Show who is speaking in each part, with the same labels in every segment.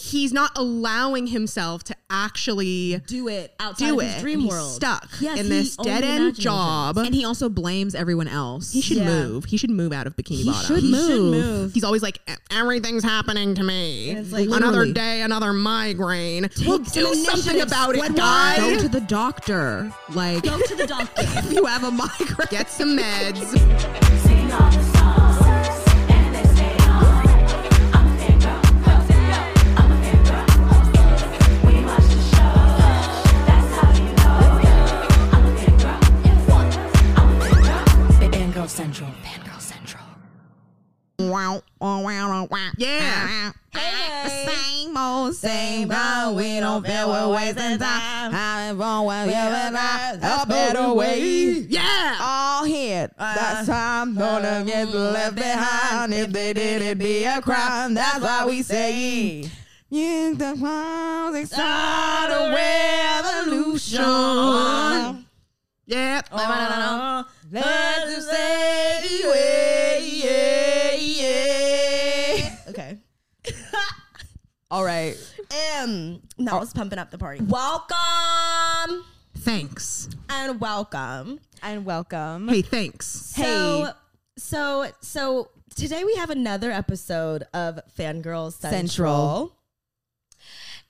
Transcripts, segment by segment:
Speaker 1: He's not allowing himself to actually
Speaker 2: do it outside
Speaker 1: do
Speaker 2: of
Speaker 1: it.
Speaker 2: his dream
Speaker 1: and he's
Speaker 2: world.
Speaker 1: stuck
Speaker 2: Yes,
Speaker 1: in
Speaker 2: he
Speaker 1: this
Speaker 2: only
Speaker 1: dead end
Speaker 2: imaginations.
Speaker 1: job.
Speaker 3: And he also blames everyone else.
Speaker 1: He should
Speaker 2: Yeah.
Speaker 1: move. He should move out of Bikini
Speaker 3: He
Speaker 1: Bottom.
Speaker 3: should
Speaker 2: He should
Speaker 3: move.
Speaker 2: move.
Speaker 1: He's always like, "E- everything's happening to me.
Speaker 2: And it's like,
Speaker 1: another
Speaker 3: literally.
Speaker 1: day, another migraine. Well,
Speaker 2: some
Speaker 1: do something
Speaker 2: initiative,
Speaker 1: about it,
Speaker 2: Squidward.
Speaker 1: guy.
Speaker 3: Go to the doctor. Like,
Speaker 2: Go to the doctor.
Speaker 3: if you have a migraine.
Speaker 1: Get some meds.
Speaker 2: Fangirl Central. Fangirl Central.
Speaker 1: Wow, wow, wow, wow. yeah.
Speaker 3: Same old,
Speaker 2: same old, we don't feel we're wasting time.
Speaker 3: I've been wrong with you and I,
Speaker 2: A better way.
Speaker 1: Yeah.
Speaker 3: all here. That's time none of gets Uh, mm, left behind. If they did, it'd be a crime. That's why we say. You the clouds excite a revolution. Uh,
Speaker 1: Yeah.
Speaker 3: Let's just say, yeah, yeah, yeah.
Speaker 2: Okay.
Speaker 3: All right.
Speaker 2: Um, now I was pumping up the party. Welcome
Speaker 1: Thanks.
Speaker 2: and welcome.
Speaker 3: And welcome.
Speaker 1: Hey, thanks.
Speaker 2: So, so, so today we have another episode of Fangirl Central.
Speaker 3: Central.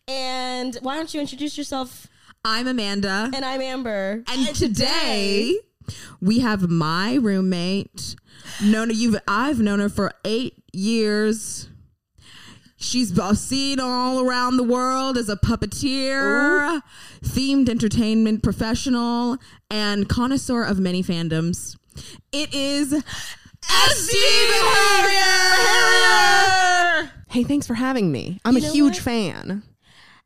Speaker 2: And why don't you introduce yourself?
Speaker 3: I'm Amanda.
Speaker 2: And I'm Amber.
Speaker 3: And today we have my roommate, Nona. You've I've known her for eight years. She's been seen all around the world as a puppeteer, themed entertainment professional, and connoisseur of many fandoms. It is Estee Harrier.
Speaker 1: Hey, thanks for having me. I'm
Speaker 2: You
Speaker 1: a
Speaker 2: know
Speaker 1: huge
Speaker 2: what?
Speaker 1: fan.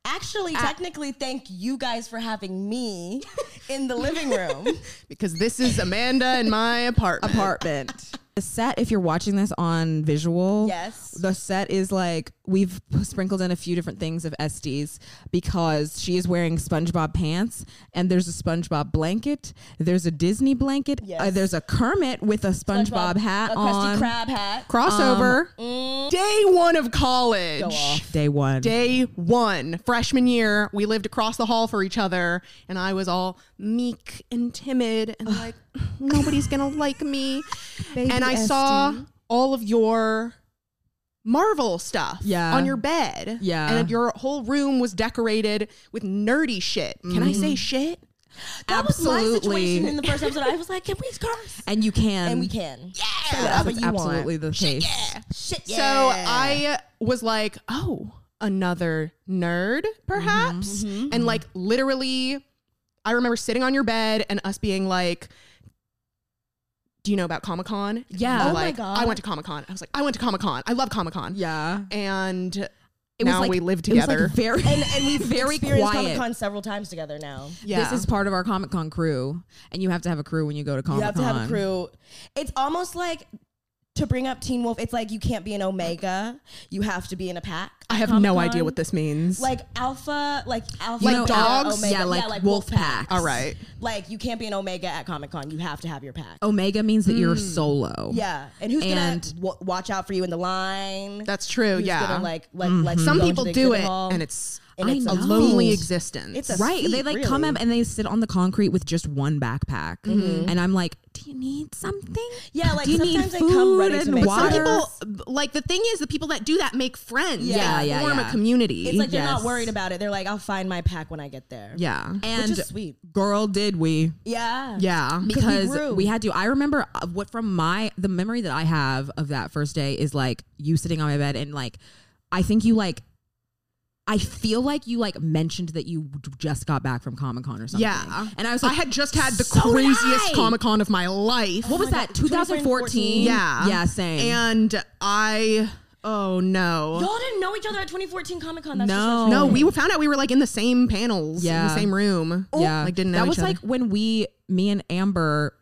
Speaker 2: Actually, technically, thank you guys for having me in the living room.
Speaker 1: Because this is Amanda in my apartment.
Speaker 3: apartment. The set, if you're watching this on visual,
Speaker 2: Yes.
Speaker 3: the set is like we've sprinkled in a few different things of Estes because she is wearing SpongeBob pants, and there's a SpongeBob blanket, there's a Disney blanket, uh,
Speaker 2: Yes.
Speaker 3: there's a Kermit with a SpongeBob, hat
Speaker 2: a
Speaker 3: on.
Speaker 2: Krusty Krab hat.
Speaker 4: Crossover. Day one of college.
Speaker 3: Day one.
Speaker 4: Day one, freshman year, we lived across the hall for each other, and I was all meek and timid and like, nobody's gonna like me. and I saw all of your Marvel stuff
Speaker 3: Yeah.
Speaker 4: on your bed.
Speaker 3: Yeah.
Speaker 4: And your whole room was decorated with nerdy shit. Can I
Speaker 3: Mm-hmm.
Speaker 4: say shit?
Speaker 2: That was my situation
Speaker 3: Absolutely.
Speaker 2: in the first episode. I was like, can we curse?
Speaker 3: and you can.
Speaker 2: And we can. Yeah.
Speaker 3: That's
Speaker 2: Whatever you want.
Speaker 3: absolutely the case.
Speaker 2: Shit. Yeah.
Speaker 4: So I was like, oh, another nerd,
Speaker 3: Mm-hmm,
Speaker 4: perhaps? And like, literally, I remember sitting on your bed and us being like, do you know about Comic Con?
Speaker 3: Yeah.
Speaker 4: You were
Speaker 3: Oh
Speaker 2: my
Speaker 4: like,
Speaker 2: God.
Speaker 4: I went to Comic Con. I was like, I went to Comic Con. I love Comic Con.
Speaker 3: Yeah.
Speaker 4: And
Speaker 3: It
Speaker 4: now
Speaker 3: was like,
Speaker 4: we live
Speaker 3: it was, like,
Speaker 4: together.
Speaker 3: very
Speaker 2: and, and we've
Speaker 3: very
Speaker 2: experienced
Speaker 3: quiet.
Speaker 2: Comic Con several times together now.
Speaker 4: yeah.
Speaker 3: This is part of our Comic Con crew, and you have to have a crew when you go to Comic Con.
Speaker 2: You have to have a crew. It's almost like to bring up Teen Wolf, it's like you can't be an Omega. You have to be in a pack.
Speaker 4: I have no idea what this means.
Speaker 2: Like alpha, like alpha,
Speaker 3: Like
Speaker 2: or
Speaker 3: dogs?
Speaker 2: Omega.
Speaker 3: Yeah, like wolf packs.
Speaker 4: all right.
Speaker 2: Like you can't be an Omega at Comic Con. You have to have your
Speaker 4: Oh.
Speaker 2: pack.
Speaker 3: Omega means that you're solo.
Speaker 2: Hmm. Yeah, and who's
Speaker 3: And-
Speaker 2: gonna w- watch out for you in the line?
Speaker 4: That's true.
Speaker 2: Who's
Speaker 4: yeah. Mm-hmm.
Speaker 2: gonna, like, like, let you
Speaker 4: Some
Speaker 2: go
Speaker 4: people
Speaker 2: to the
Speaker 4: do
Speaker 2: exhibit
Speaker 4: it,
Speaker 2: hall?
Speaker 4: and it's
Speaker 2: And it's
Speaker 4: a
Speaker 2: a
Speaker 4: lonely
Speaker 2: feat.
Speaker 4: existence.
Speaker 2: It's a
Speaker 3: Right. they
Speaker 2: feat,
Speaker 3: like come
Speaker 2: really. Mm-hmm.
Speaker 3: up and they sit on the concrete with just one backpack. And I'm like, do you need something?
Speaker 2: Yeah, like,
Speaker 3: do you need
Speaker 2: sometimes they come ready
Speaker 3: food
Speaker 2: to
Speaker 3: and
Speaker 2: make
Speaker 4: Some
Speaker 3: water?
Speaker 4: people like the thing is the people that do that make friends.
Speaker 2: Yeah,
Speaker 4: They
Speaker 3: yeah,
Speaker 4: form
Speaker 3: yeah.
Speaker 4: a community.
Speaker 2: it's like they're not
Speaker 3: yes.
Speaker 2: worried about it. They're like, I'll find my pack when I get there.
Speaker 4: yeah.
Speaker 3: and
Speaker 2: is sweet.
Speaker 3: girl, did we?
Speaker 2: yeah,
Speaker 4: Yeah.
Speaker 3: because
Speaker 2: grew.
Speaker 3: we, had to. I remember uh, what from my the memory that I have of that first day is like you sitting on my bed and like I think you like I feel like you like mentioned that you d- just got back from Comic Con or something.
Speaker 4: Yeah.
Speaker 3: and I was
Speaker 4: I
Speaker 3: like,
Speaker 4: had just had the
Speaker 3: "So did I!"
Speaker 4: craziest Comic Con of my life.
Speaker 3: What was that? 2014.
Speaker 4: Yeah.
Speaker 3: yeah, same.
Speaker 4: And I oh no.
Speaker 2: y'all didn't know each other at 2014 Comic Con. That's
Speaker 3: No.
Speaker 2: no,
Speaker 4: no, we found out we were like in the same panels, in
Speaker 3: Yeah.
Speaker 4: the same room.
Speaker 3: yeah,
Speaker 4: like didn't know
Speaker 3: that
Speaker 4: each
Speaker 3: was
Speaker 4: other.
Speaker 3: like when we, me and Amber.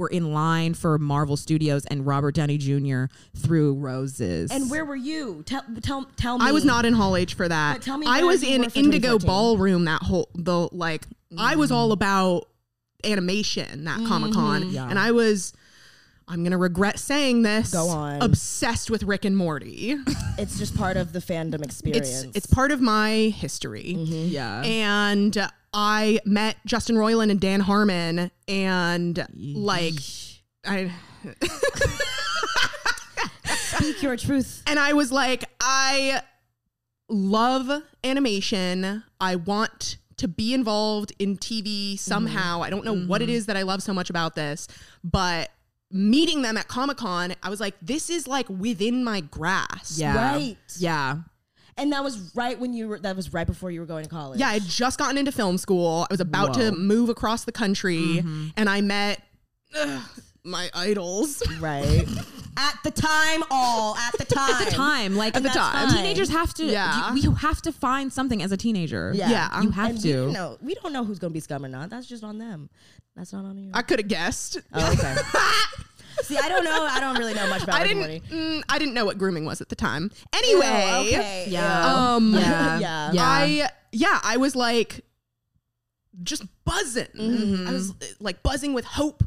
Speaker 3: were in line for Marvel Studios and Robert Downey Jr. threw roses.
Speaker 2: and where were you? Tell tell tell me.
Speaker 4: I was not in Hall H for that.
Speaker 2: Mm. But tell me
Speaker 4: I
Speaker 2: where
Speaker 4: was
Speaker 2: you
Speaker 4: in
Speaker 2: were for
Speaker 4: Indigo
Speaker 2: 2014.
Speaker 4: Ballroom that whole the like I was
Speaker 2: Mm.
Speaker 4: all about animation that Comic Con, and I was. I'm gonna regret saying this.
Speaker 2: Mm-hmm. Go on.
Speaker 4: Obsessed with Rick and Morty.
Speaker 2: It's just part of the fandom
Speaker 4: it's
Speaker 2: experience. Mm-hmm.
Speaker 4: it's part of my history.
Speaker 3: yeah,
Speaker 4: And uh, I met Justin Roiland and Dan Harmon, and like I.
Speaker 2: speak your truth.
Speaker 4: and I was like, I love animation. I want to be involved in TV somehow. I don't know what it is that I love so much about this, but meeting them at Comic Con, I was like, this is like within my grasp.
Speaker 3: yeah,
Speaker 2: Right.
Speaker 3: yeah.
Speaker 2: And that was right when you were. That was right before you were going to college.
Speaker 4: Yeah, I had just gotten into film school. I was about to move across the country and I met ugh, my idols.
Speaker 2: right. at the time, all at the time.
Speaker 3: at the time, like
Speaker 2: At the
Speaker 3: that's
Speaker 2: time.
Speaker 3: fine. teenagers have to.
Speaker 4: Yeah.
Speaker 3: Yeah, you, you have to find something as a teenager.
Speaker 2: Yeah. Yeah.
Speaker 3: you have
Speaker 2: And we
Speaker 3: to.
Speaker 2: don't know. We don't know who's gonna be scum or not. That's just on them. That's not on you.
Speaker 4: I could have guessed.
Speaker 2: Oh, okay. See, I don't know. I don't really know much about
Speaker 4: I
Speaker 2: Rick and
Speaker 4: didn't.
Speaker 2: Morty.
Speaker 4: mm, I didn't know what grooming was at the time. Anyway,
Speaker 2: Oh, okay.
Speaker 3: Yeah.
Speaker 4: Um,
Speaker 3: yeah,
Speaker 2: Yeah.
Speaker 3: yeah.
Speaker 4: I yeah, I was like just buzzing.
Speaker 2: Mm-hmm.
Speaker 4: I was like buzzing with hope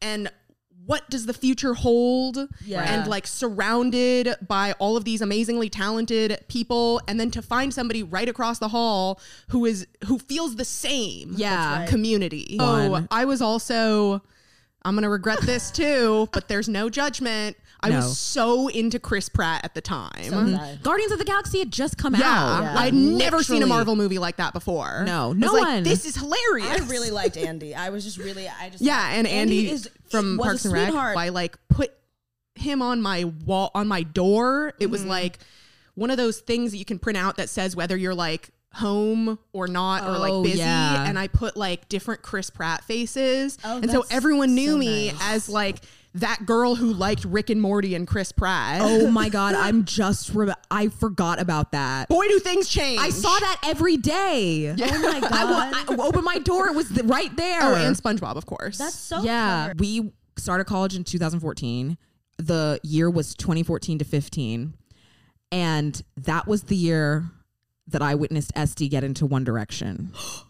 Speaker 4: and what does the future hold?
Speaker 2: Yeah.
Speaker 4: And like surrounded by all of these amazingly talented people and then to find somebody right across the hall who is who feels the same
Speaker 3: Yeah. That's right.
Speaker 4: community.
Speaker 3: One.
Speaker 4: Oh, I was also I'm going to regret this too, but there's no judgment. I
Speaker 3: No.
Speaker 4: was so into Chris Pratt at the time.
Speaker 3: Guardians of the Galaxy had just come
Speaker 4: Yeah,
Speaker 3: out.
Speaker 4: I'd never seen a
Speaker 3: literally.
Speaker 4: Marvel movie like that before.
Speaker 3: No,
Speaker 4: I was
Speaker 3: no
Speaker 4: like,
Speaker 3: one.
Speaker 4: This is hilarious.
Speaker 2: I really liked Andy. I was just really. I just
Speaker 4: yeah, and Andy,
Speaker 2: is
Speaker 4: from
Speaker 2: was a
Speaker 4: Parks and Rec,
Speaker 2: sweetheart.
Speaker 4: I like put him on my wall on my door. It was like one of those things that you can print out that says whether you're like home or not or
Speaker 3: Oh,
Speaker 4: like busy
Speaker 3: yeah.
Speaker 4: and I put like different Chris Pratt faces. and so everyone knew me as like that girl who liked Rick and Morty and Chris Pratt.
Speaker 3: Oh my god, I'm just. Re- I forgot about that.
Speaker 4: Boy, do things change.
Speaker 3: I saw that every day. Oh my god! I, wa- I opened my door. It was th- right there.
Speaker 4: Oh, and SpongeBob, of course.
Speaker 2: That's so
Speaker 3: yeah,
Speaker 2: clever.
Speaker 3: we started college in 2014. The year was 2014 to 15, and that was the year that I witnessed Esty get into One Direction.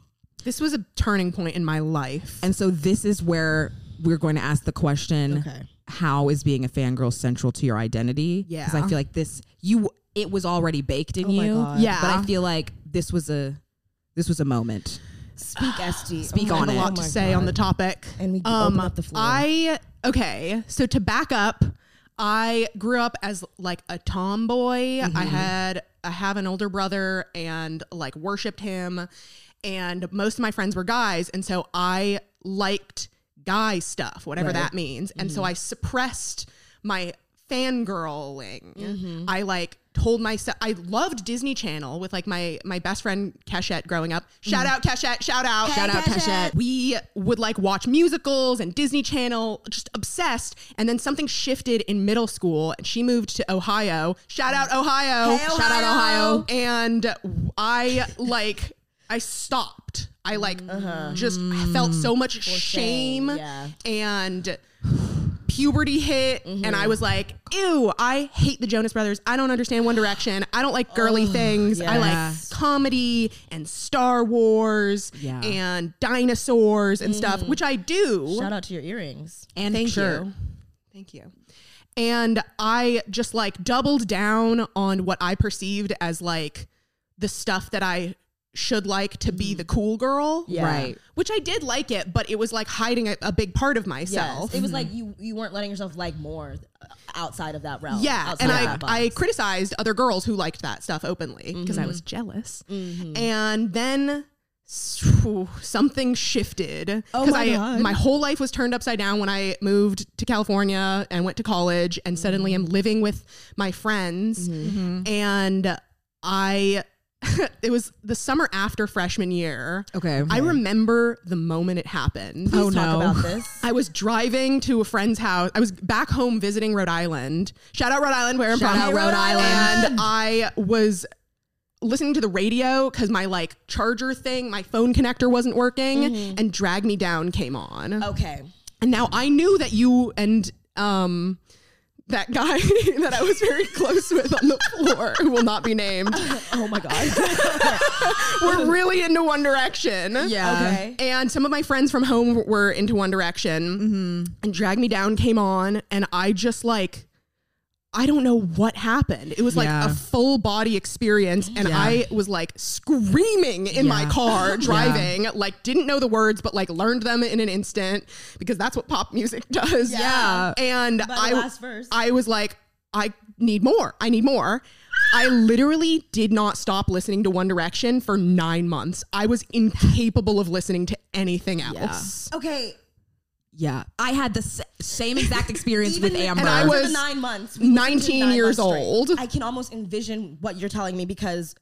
Speaker 4: This was a turning point in my life.
Speaker 3: And so this is where we're going to ask the question: How is being a fangirl central to your identity?
Speaker 4: Yeah. Oh
Speaker 3: because I feel like this you it was already baked in you.
Speaker 4: Yeah.
Speaker 3: but I feel like this was a this was a moment.
Speaker 2: Speak SD.
Speaker 3: Speak
Speaker 2: Oh my
Speaker 3: on
Speaker 4: a
Speaker 3: it.
Speaker 2: God.
Speaker 4: lot to say on the topic. Um,
Speaker 2: And we open up the floor.
Speaker 4: I okay. So to back up, I grew up as like a tomboy.
Speaker 2: Mm-hmm.
Speaker 4: I had I have an older brother and like worshipped him, and most of my friends were guys, and so I liked guy stuff, whatever that means, and
Speaker 2: Mm-hmm.
Speaker 4: so I suppressed my fangirling.
Speaker 2: Mm-hmm.
Speaker 4: I like told myself I loved Disney Channel with like my my best friend Keshet growing up.
Speaker 2: Mm.
Speaker 4: Shout out Keshet, shout out, shout out Keshet. We would like watch musicals and Disney Channel, just obsessed. And then something shifted in middle school and she moved to Ohio. Shout out Ohio.
Speaker 2: Hey,
Speaker 4: Shout out
Speaker 2: Ohio.
Speaker 4: Ohio. And I like I stopped. I
Speaker 2: Mm-hmm.
Speaker 4: like just felt so much shame
Speaker 2: yeah.
Speaker 4: and puberty hit and
Speaker 2: Mm-hmm.
Speaker 4: I was like, ew, I hate the Jonas Brothers. I don't understand One Direction. I don't like girly things. I like comedy and Star Wars
Speaker 5: Yeah.
Speaker 4: and dinosaurs and
Speaker 2: Mm.
Speaker 4: stuff, which I do.
Speaker 2: Shout out to your earrings.
Speaker 5: And
Speaker 4: Thank
Speaker 5: sure.
Speaker 4: you. Thank you. And I just like doubled down on what I perceived as like the stuff that I should like to be the cool girl.
Speaker 2: Mm. Yeah.
Speaker 5: Right.
Speaker 4: Which I did like it, but it was like hiding a, a big part of myself.
Speaker 2: Yes. It was like you you weren't letting yourself like more uh, outside of that realm.
Speaker 4: Yeah,
Speaker 2: outside
Speaker 4: and
Speaker 2: of
Speaker 4: I,
Speaker 2: that box.
Speaker 4: I criticized other girls who liked that stuff openly because I was
Speaker 2: Mm-hmm.
Speaker 4: jealous. And then s- whew, something shifted because
Speaker 2: Oh my
Speaker 4: I
Speaker 2: God.
Speaker 4: my whole life was turned upside down when I moved to California and went to college, and suddenly
Speaker 2: Mm-hmm.
Speaker 4: I'm living with my friends,
Speaker 5: Mm-hmm.
Speaker 4: and I. it was the summer after freshman year.
Speaker 5: Okay.
Speaker 4: I remember the moment it happened.
Speaker 2: Please
Speaker 5: Oh,
Speaker 2: talk
Speaker 5: no.
Speaker 2: about this.
Speaker 4: I was driving to a friend's house. I was back home visiting Rhode Island. Shout out Rhode Island, where I'm
Speaker 5: Shout
Speaker 4: from.
Speaker 5: out Hey, Rhode Rhode Island.
Speaker 4: And I was listening to the radio because my like charger thing, my phone connector wasn't working, and Drag Me Down came on.
Speaker 2: okay.
Speaker 4: And now I knew that you and um that guy that I was very close with on the floor, who will not be named,
Speaker 2: Oh my god.
Speaker 4: were really into One Direction.
Speaker 5: Yeah.
Speaker 2: okay.
Speaker 4: And some of my friends from home were into One Direction. And Drag Me Down came on, and I just like, I don't know what happened. It was like
Speaker 5: Yeah.
Speaker 4: a full body experience. And I was like screaming in my
Speaker 5: Yeah.
Speaker 4: car driving, like, didn't know the words, but like learned them in an instant because that's what pop music does.
Speaker 5: Yeah.
Speaker 4: And
Speaker 2: the
Speaker 4: I,
Speaker 2: last verse.
Speaker 4: I was like, I need more. I need more. I literally did not stop listening to One Direction for nine months. I was incapable of listening to anything else.
Speaker 2: Okay.
Speaker 5: Yeah. I had the s- same exact experience with Amber.
Speaker 4: and I
Speaker 2: after
Speaker 4: was
Speaker 2: the nine months. we listened to
Speaker 4: 19
Speaker 2: nine
Speaker 4: years
Speaker 2: months straight.
Speaker 4: old.
Speaker 2: I can almost envision what you're telling me because,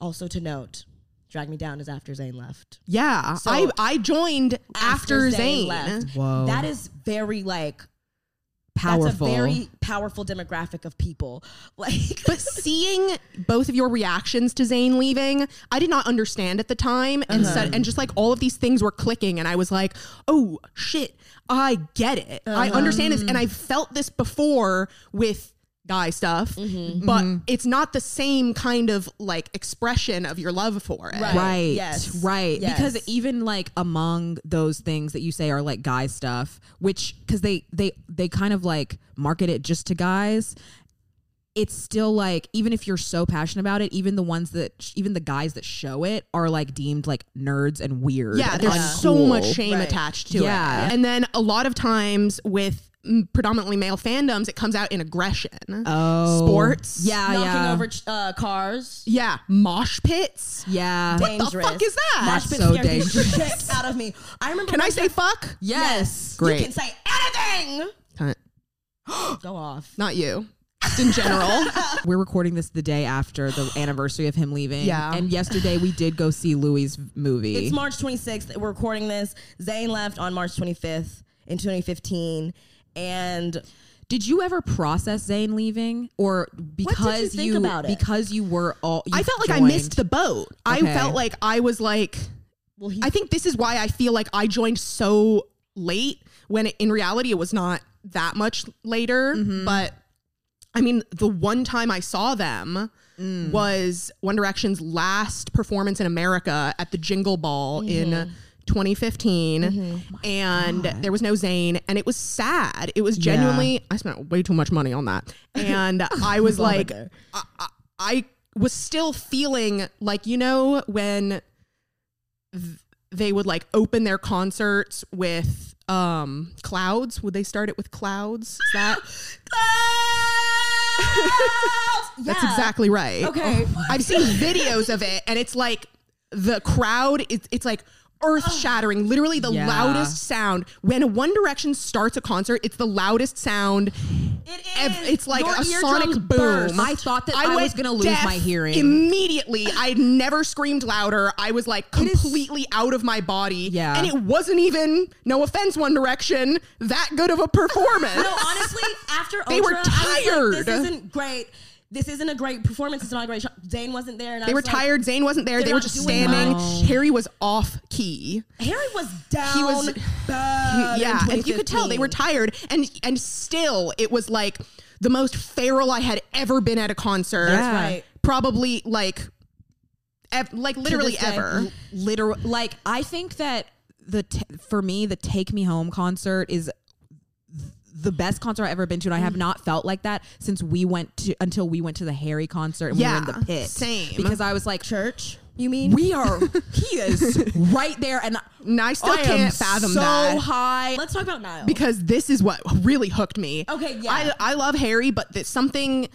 Speaker 2: also to note, Drag Me Down is after Zayn left.
Speaker 4: Yeah,
Speaker 2: So-
Speaker 4: I I joined after, Zayn.
Speaker 5: Whoa.
Speaker 2: That is very like
Speaker 5: powerful.
Speaker 2: That's a very powerful demographic of people. Like,
Speaker 4: But seeing both of your reactions to Zayn leaving, I did not understand at the time, and so, and just like all of these things were clicking, and I was like, "Oh shit, I get it. I understand this." And I felt this before with guy stuff, but it's not the same kind of like expression of your love for it.
Speaker 2: Right.
Speaker 5: Right.
Speaker 2: Yes.
Speaker 5: Right.
Speaker 2: Yes.
Speaker 5: Because even like among those things that you say are like guy stuff, which because they they they kind of like market it just to guys. It's still like even if you're so passionate about it, even the ones that even the guys that show it are like deemed like nerds and weird.
Speaker 4: Yeah,
Speaker 5: and
Speaker 4: there's so
Speaker 5: uncool.
Speaker 4: much shame
Speaker 2: Right.
Speaker 4: attached to
Speaker 5: Yeah.
Speaker 4: it. And then a lot of times with mm, predominantly male fandoms, it comes out in aggression.
Speaker 5: Oh.
Speaker 4: Sports.
Speaker 5: Yeah,
Speaker 2: knocking
Speaker 5: yeah,
Speaker 2: over uh, cars.
Speaker 4: Yeah. Mosh pits.
Speaker 5: yeah.
Speaker 4: What the fuck is that?
Speaker 5: That's
Speaker 2: Mosh pit
Speaker 5: so
Speaker 2: scared the
Speaker 5: dangerous.
Speaker 2: Shit out of me. I remember.
Speaker 4: Can I
Speaker 2: one
Speaker 4: say fuck?
Speaker 5: Yes.
Speaker 2: time- You can say anything.
Speaker 4: Cunt.
Speaker 2: Go off.
Speaker 4: Not you. Just in general.
Speaker 5: We're recording this the day after the anniversary of him leaving.
Speaker 4: Yeah.
Speaker 5: And yesterday we did go see Louis' movie.
Speaker 4: E.
Speaker 2: It's March 26th. We're recording this. Zayn left on March 25th in 2015, and
Speaker 5: Did you ever process Zayn leaving, or because
Speaker 2: you think about it?
Speaker 5: because you were all?
Speaker 4: I
Speaker 5: you
Speaker 4: felt like I
Speaker 5: joined-
Speaker 4: missed the boat.
Speaker 5: Okay.
Speaker 4: I felt like I was like,
Speaker 2: well, he
Speaker 4: I think this is why I feel like I joined so late when it, in reality it was not that much later.
Speaker 5: Mm-hmm.
Speaker 4: But I mean, the one time I saw them was One Direction's last performance in America at the Jingle Ball in. 2015 and there was no Zayn and it was sad it was genuinely I spent way too much money on that and I was like I, I, I was still feeling like you know when they would like open their concerts with um clouds would they start it with clouds is that that's
Speaker 2: Yeah.
Speaker 4: exactly right
Speaker 2: Okay.
Speaker 4: i've seen videos of it and it's like the crowd it's, it's like earth shattering literally the
Speaker 5: Yeah.
Speaker 4: loudest sound when one direction starts a concert it's is the loudest sound
Speaker 2: It is.
Speaker 4: ev- it's like
Speaker 2: Your
Speaker 4: a sonic
Speaker 2: eardrums
Speaker 4: boom.
Speaker 2: burst.
Speaker 5: I thought that I was
Speaker 4: went
Speaker 5: gonna lose
Speaker 4: deaf
Speaker 5: my hearing.
Speaker 4: immediately. I never screamed louder. I was like completely out of my body.
Speaker 5: Yeah.
Speaker 4: and it wasn't even. No offense, One Direction, that good of a performance.
Speaker 2: No, honestly, after
Speaker 4: They were
Speaker 2: Ultra, I was like,
Speaker 4: tired.
Speaker 2: this isn't great. This isn't a great performance. It's not a great shot. Zane wasn't there. And I
Speaker 4: They were
Speaker 2: was like-
Speaker 4: tired. Zayn wasn't there.
Speaker 2: they're
Speaker 4: They were
Speaker 2: not
Speaker 4: just
Speaker 2: doing
Speaker 4: standing. Harry was off key.
Speaker 2: Harry was down.
Speaker 4: was-
Speaker 2: bad in
Speaker 4: yeah, and you could tell they were
Speaker 2: 2015.
Speaker 4: tired, and and still it was like the most feral I had ever been at a concert.
Speaker 2: That's right.
Speaker 4: Probably like, ev- like literally
Speaker 2: this day.
Speaker 4: ever.
Speaker 3: literal like i think that the t- for me the take me home concert is the best concert I've ever been to, and I
Speaker 5: Mm.
Speaker 3: have not felt like that since we went to until we went to the Harry concert and we were
Speaker 4: Yeah,
Speaker 3: in the pit.
Speaker 4: same.
Speaker 3: because I was like,
Speaker 2: church. You mean
Speaker 3: we are he is right there, and
Speaker 4: And I still
Speaker 3: I am
Speaker 4: can't fathom
Speaker 3: so
Speaker 4: that.
Speaker 3: high.
Speaker 2: Let's talk about Niall.
Speaker 4: because this is what really hooked me.
Speaker 2: Okay, yeah.
Speaker 4: I, I love Harry, but that something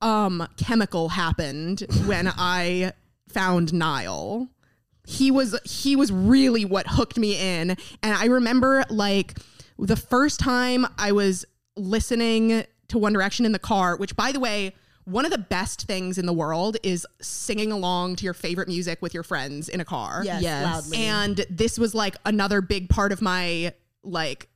Speaker 4: um chemical happened when I found Niall. He was he was really what hooked me in. And I remember like the first time I was listening to One Direction in the car, which by the way, one of the best things in the world is singing along to your favorite music with your friends in a car.
Speaker 2: yes,
Speaker 3: Yes.
Speaker 2: loudly.
Speaker 4: And this was like another big part of my like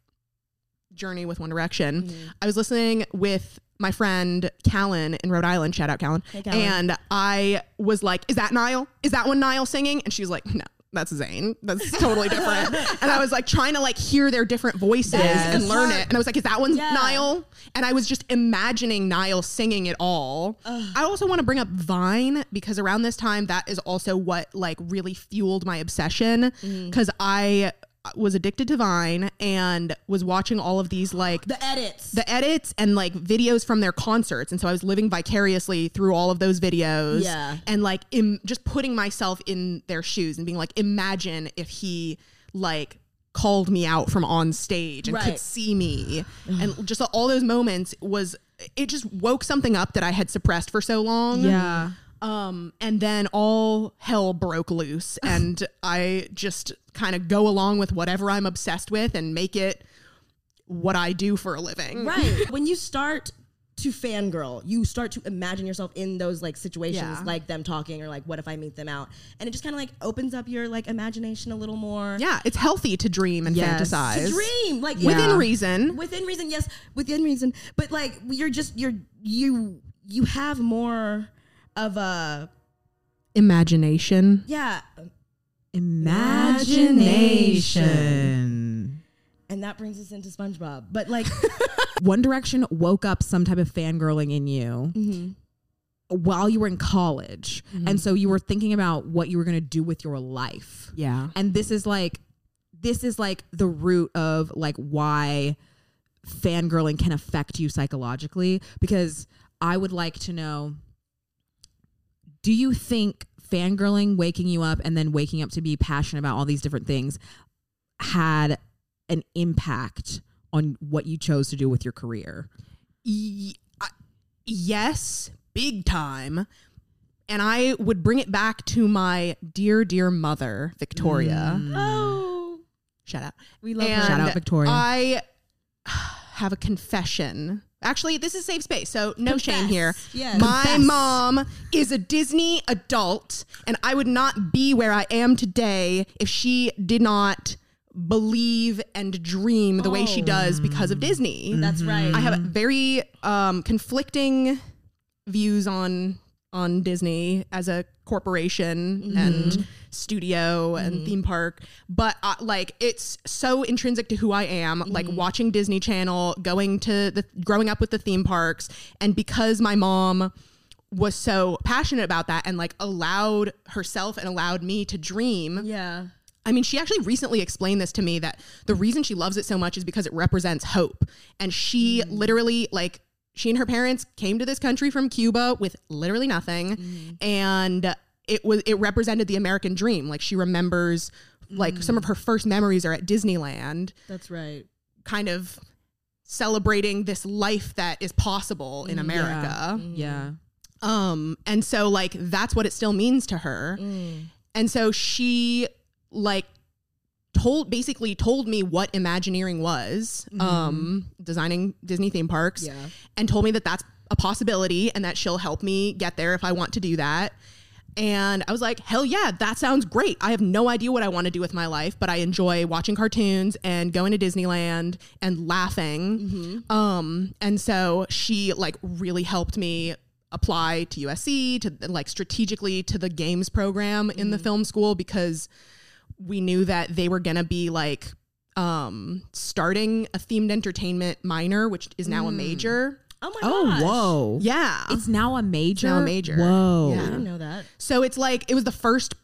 Speaker 4: journey with One Direction.
Speaker 2: Mm-hmm.
Speaker 4: I was listening with my friend Callan in Rhode Island. Shout out Callan.
Speaker 2: Callan.
Speaker 4: And I was like, "Is that Niall? Is that one Niall singing?" And she was like, "No." That's Zayn. That's totally different. and I was like trying to like hear their different voices
Speaker 2: Yes.
Speaker 4: and learn
Speaker 2: Smart.
Speaker 4: it. And I was like, is that one
Speaker 2: Yeah.
Speaker 4: Niall? And I was just imagining Niall singing it all. I also want to bring up Vine because around this time, that is also what like really fueled my obsession because I uh, was addicted to Vine and was watching all of these like
Speaker 2: the edits.
Speaker 4: the edits and like videos from their concerts and so i was living vicariously through all of those videos
Speaker 2: Yeah.
Speaker 4: and like Im- just putting myself in their shoes and being like imagine if he like called me out from on stage and
Speaker 2: Right.
Speaker 4: could see me and just all those moments was it just woke something up that i had suppressed for so long
Speaker 3: Yeah.
Speaker 4: um, and then all hell broke loose, and I just kind of go along with whatever I'm obsessed with and make it what I do for a living.
Speaker 2: right. when you start to fangirl, you start to imagine yourself in those like situations,
Speaker 4: Yeah.
Speaker 2: like them talking or like, what if I meet them out? And it just kind of like opens up your like imagination a little more.
Speaker 4: Yeah, it's healthy to dream and
Speaker 3: Yes.
Speaker 4: fantasize
Speaker 2: To dream, like
Speaker 4: within
Speaker 2: yeah.
Speaker 4: reason.
Speaker 2: within reason yes within reason but like you're just you're you you have more of a
Speaker 4: Imagination.
Speaker 2: yeah
Speaker 3: imagination.
Speaker 2: and that brings us into spongebob but like
Speaker 3: One Direction woke up some type of fangirling in you while you were in college. And so you were thinking about what you were going to do with your life.
Speaker 4: Yeah.
Speaker 3: And this is like this is like the root of like why fangirling can affect you psychologically because I would like to know do you think fangirling waking you up and then waking up to be passionate about all these different things had an impact on what you chose to do with your career?
Speaker 4: Y- I- yes, big time. And I would bring it back to my dear, dear mother, Victoria.
Speaker 2: oh
Speaker 4: Shout out.
Speaker 2: we love
Speaker 4: And
Speaker 3: Shout out Victoria.
Speaker 4: I have a confession. Actually, this is safe space, so no shame here.
Speaker 2: Yes.
Speaker 4: My
Speaker 2: Confess.
Speaker 4: mom is a Disney adult, and I would not be where I am today if she did not believe and dream the way she does because
Speaker 3: Oh.
Speaker 4: of Disney.
Speaker 2: that's right
Speaker 3: Mm-hmm.
Speaker 4: I have very um, conflicting views on on Disney as a corporation and studio and theme park, but uh, like it's so intrinsic to who I am. Like watching Disney Channel, going to the growing up with the theme parks, and because my mom was so passionate about that and like allowed herself and allowed me to dream.
Speaker 2: yeah
Speaker 4: I mean, she actually recently explained this to me that the reason she loves it so much is because it represents hope. And she literally, like, she and her parents came to this country from Cuba with literally nothing. And it was, it represented the American dream. Like, she remembers, like, some of her first memories are at Disneyland,
Speaker 2: that's right
Speaker 4: kind of celebrating this life that is possible in America.
Speaker 3: Yeah.
Speaker 4: Um, and so like that's what it still means to her. And so she like told basically told me what Imagineering was, um, designing Disney theme parks, and told me that that's a possibility and that she'll help me get there if I want to do that. And I was like, hell yeah, that sounds great. I have no idea what I want to do with my life, but I enjoy watching cartoons and going to Disneyland Mm-hmm. and laughing. Um, and so she like really helped me apply to USC to like strategically to the games program in the film school because we knew that they were gonna be like um starting a themed entertainment minor which is now a major
Speaker 2: Oh my
Speaker 3: Oh,
Speaker 2: gosh.
Speaker 3: whoa.
Speaker 4: Mm. yeah
Speaker 3: It's now a major.
Speaker 4: now a major.
Speaker 3: Whoa.
Speaker 2: I didn't know that.
Speaker 4: so it's like it was the first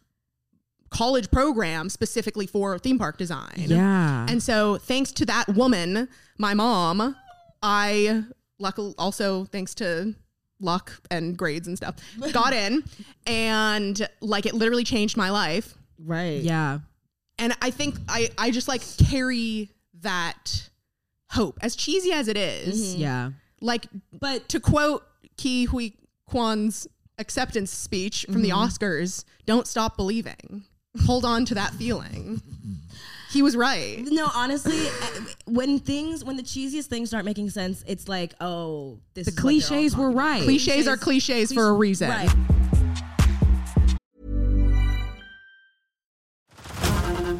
Speaker 4: college program specifically for theme park design
Speaker 3: Yeah.
Speaker 4: And so, thanks to that woman, my mom, I luck also thanks to luck and grades and stuff, got in, and like it literally changed my life.
Speaker 2: Right.
Speaker 3: yeah.
Speaker 4: And I think I I just like carry that hope, as cheesy as it is.
Speaker 3: Yeah.
Speaker 4: Like, but to quote Ki Hui Kwan's acceptance speech from the Oscars, "Don't stop believing. Hold on to that feeling." He was right.
Speaker 2: No, honestly, uh, when things when the cheesiest things start making sense, it's like, oh, this
Speaker 3: The
Speaker 2: is what they're all
Speaker 3: cliches were
Speaker 2: talking about.
Speaker 3: right.
Speaker 4: Cliches are cliches for a reason.
Speaker 2: Right.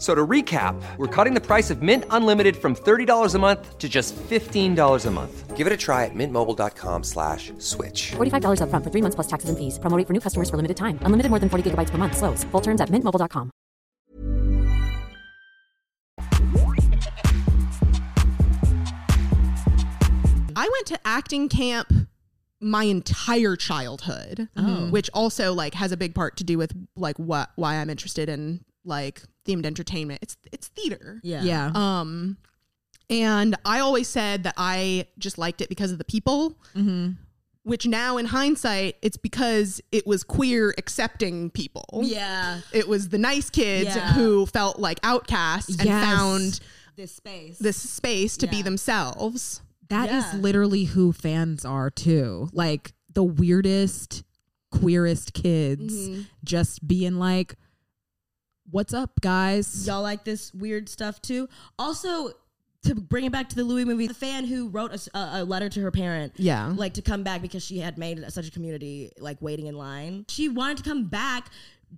Speaker 6: So to recap, we're cutting the price of Mint Unlimited from $30 a month to just $15 a month. Give it a try at mintmobile.com slash switch.
Speaker 7: $45 upfront for three months plus taxes and fees. Promo rate for new customers for limited time. Unlimited more than 40 gigabytes per month. Slows. Full terms at mintmobile.com.
Speaker 4: I went to acting camp my entire childhood,
Speaker 2: Oh.
Speaker 4: which also like has a big part to do with like what why I'm interested in like themed entertainment. It's it's theater.
Speaker 2: Yeah.
Speaker 3: Yeah.
Speaker 4: Um and I always said that I just liked it because of the people.
Speaker 2: Mm-hmm.
Speaker 4: Which now in hindsight, it's because it was queer accepting
Speaker 2: Oh.
Speaker 4: people.
Speaker 2: Yeah.
Speaker 4: It was the nice kids
Speaker 2: Yeah.
Speaker 4: who felt like outcasts and
Speaker 3: Yes.
Speaker 4: found
Speaker 2: This space.
Speaker 4: this space to be
Speaker 2: Yeah.
Speaker 4: themselves.
Speaker 3: That is
Speaker 2: Yeah.
Speaker 3: literally who fans are too. Like the weirdest, queerest kids just being like, What's up, guys?
Speaker 2: Y'all like this weird stuff too. Also, to bring it back to the Louis movie, the fan who wrote a s- a, a letter to her parent,
Speaker 4: Yeah.
Speaker 2: like to come back because she had made such a community, like waiting in line. She wanted to come back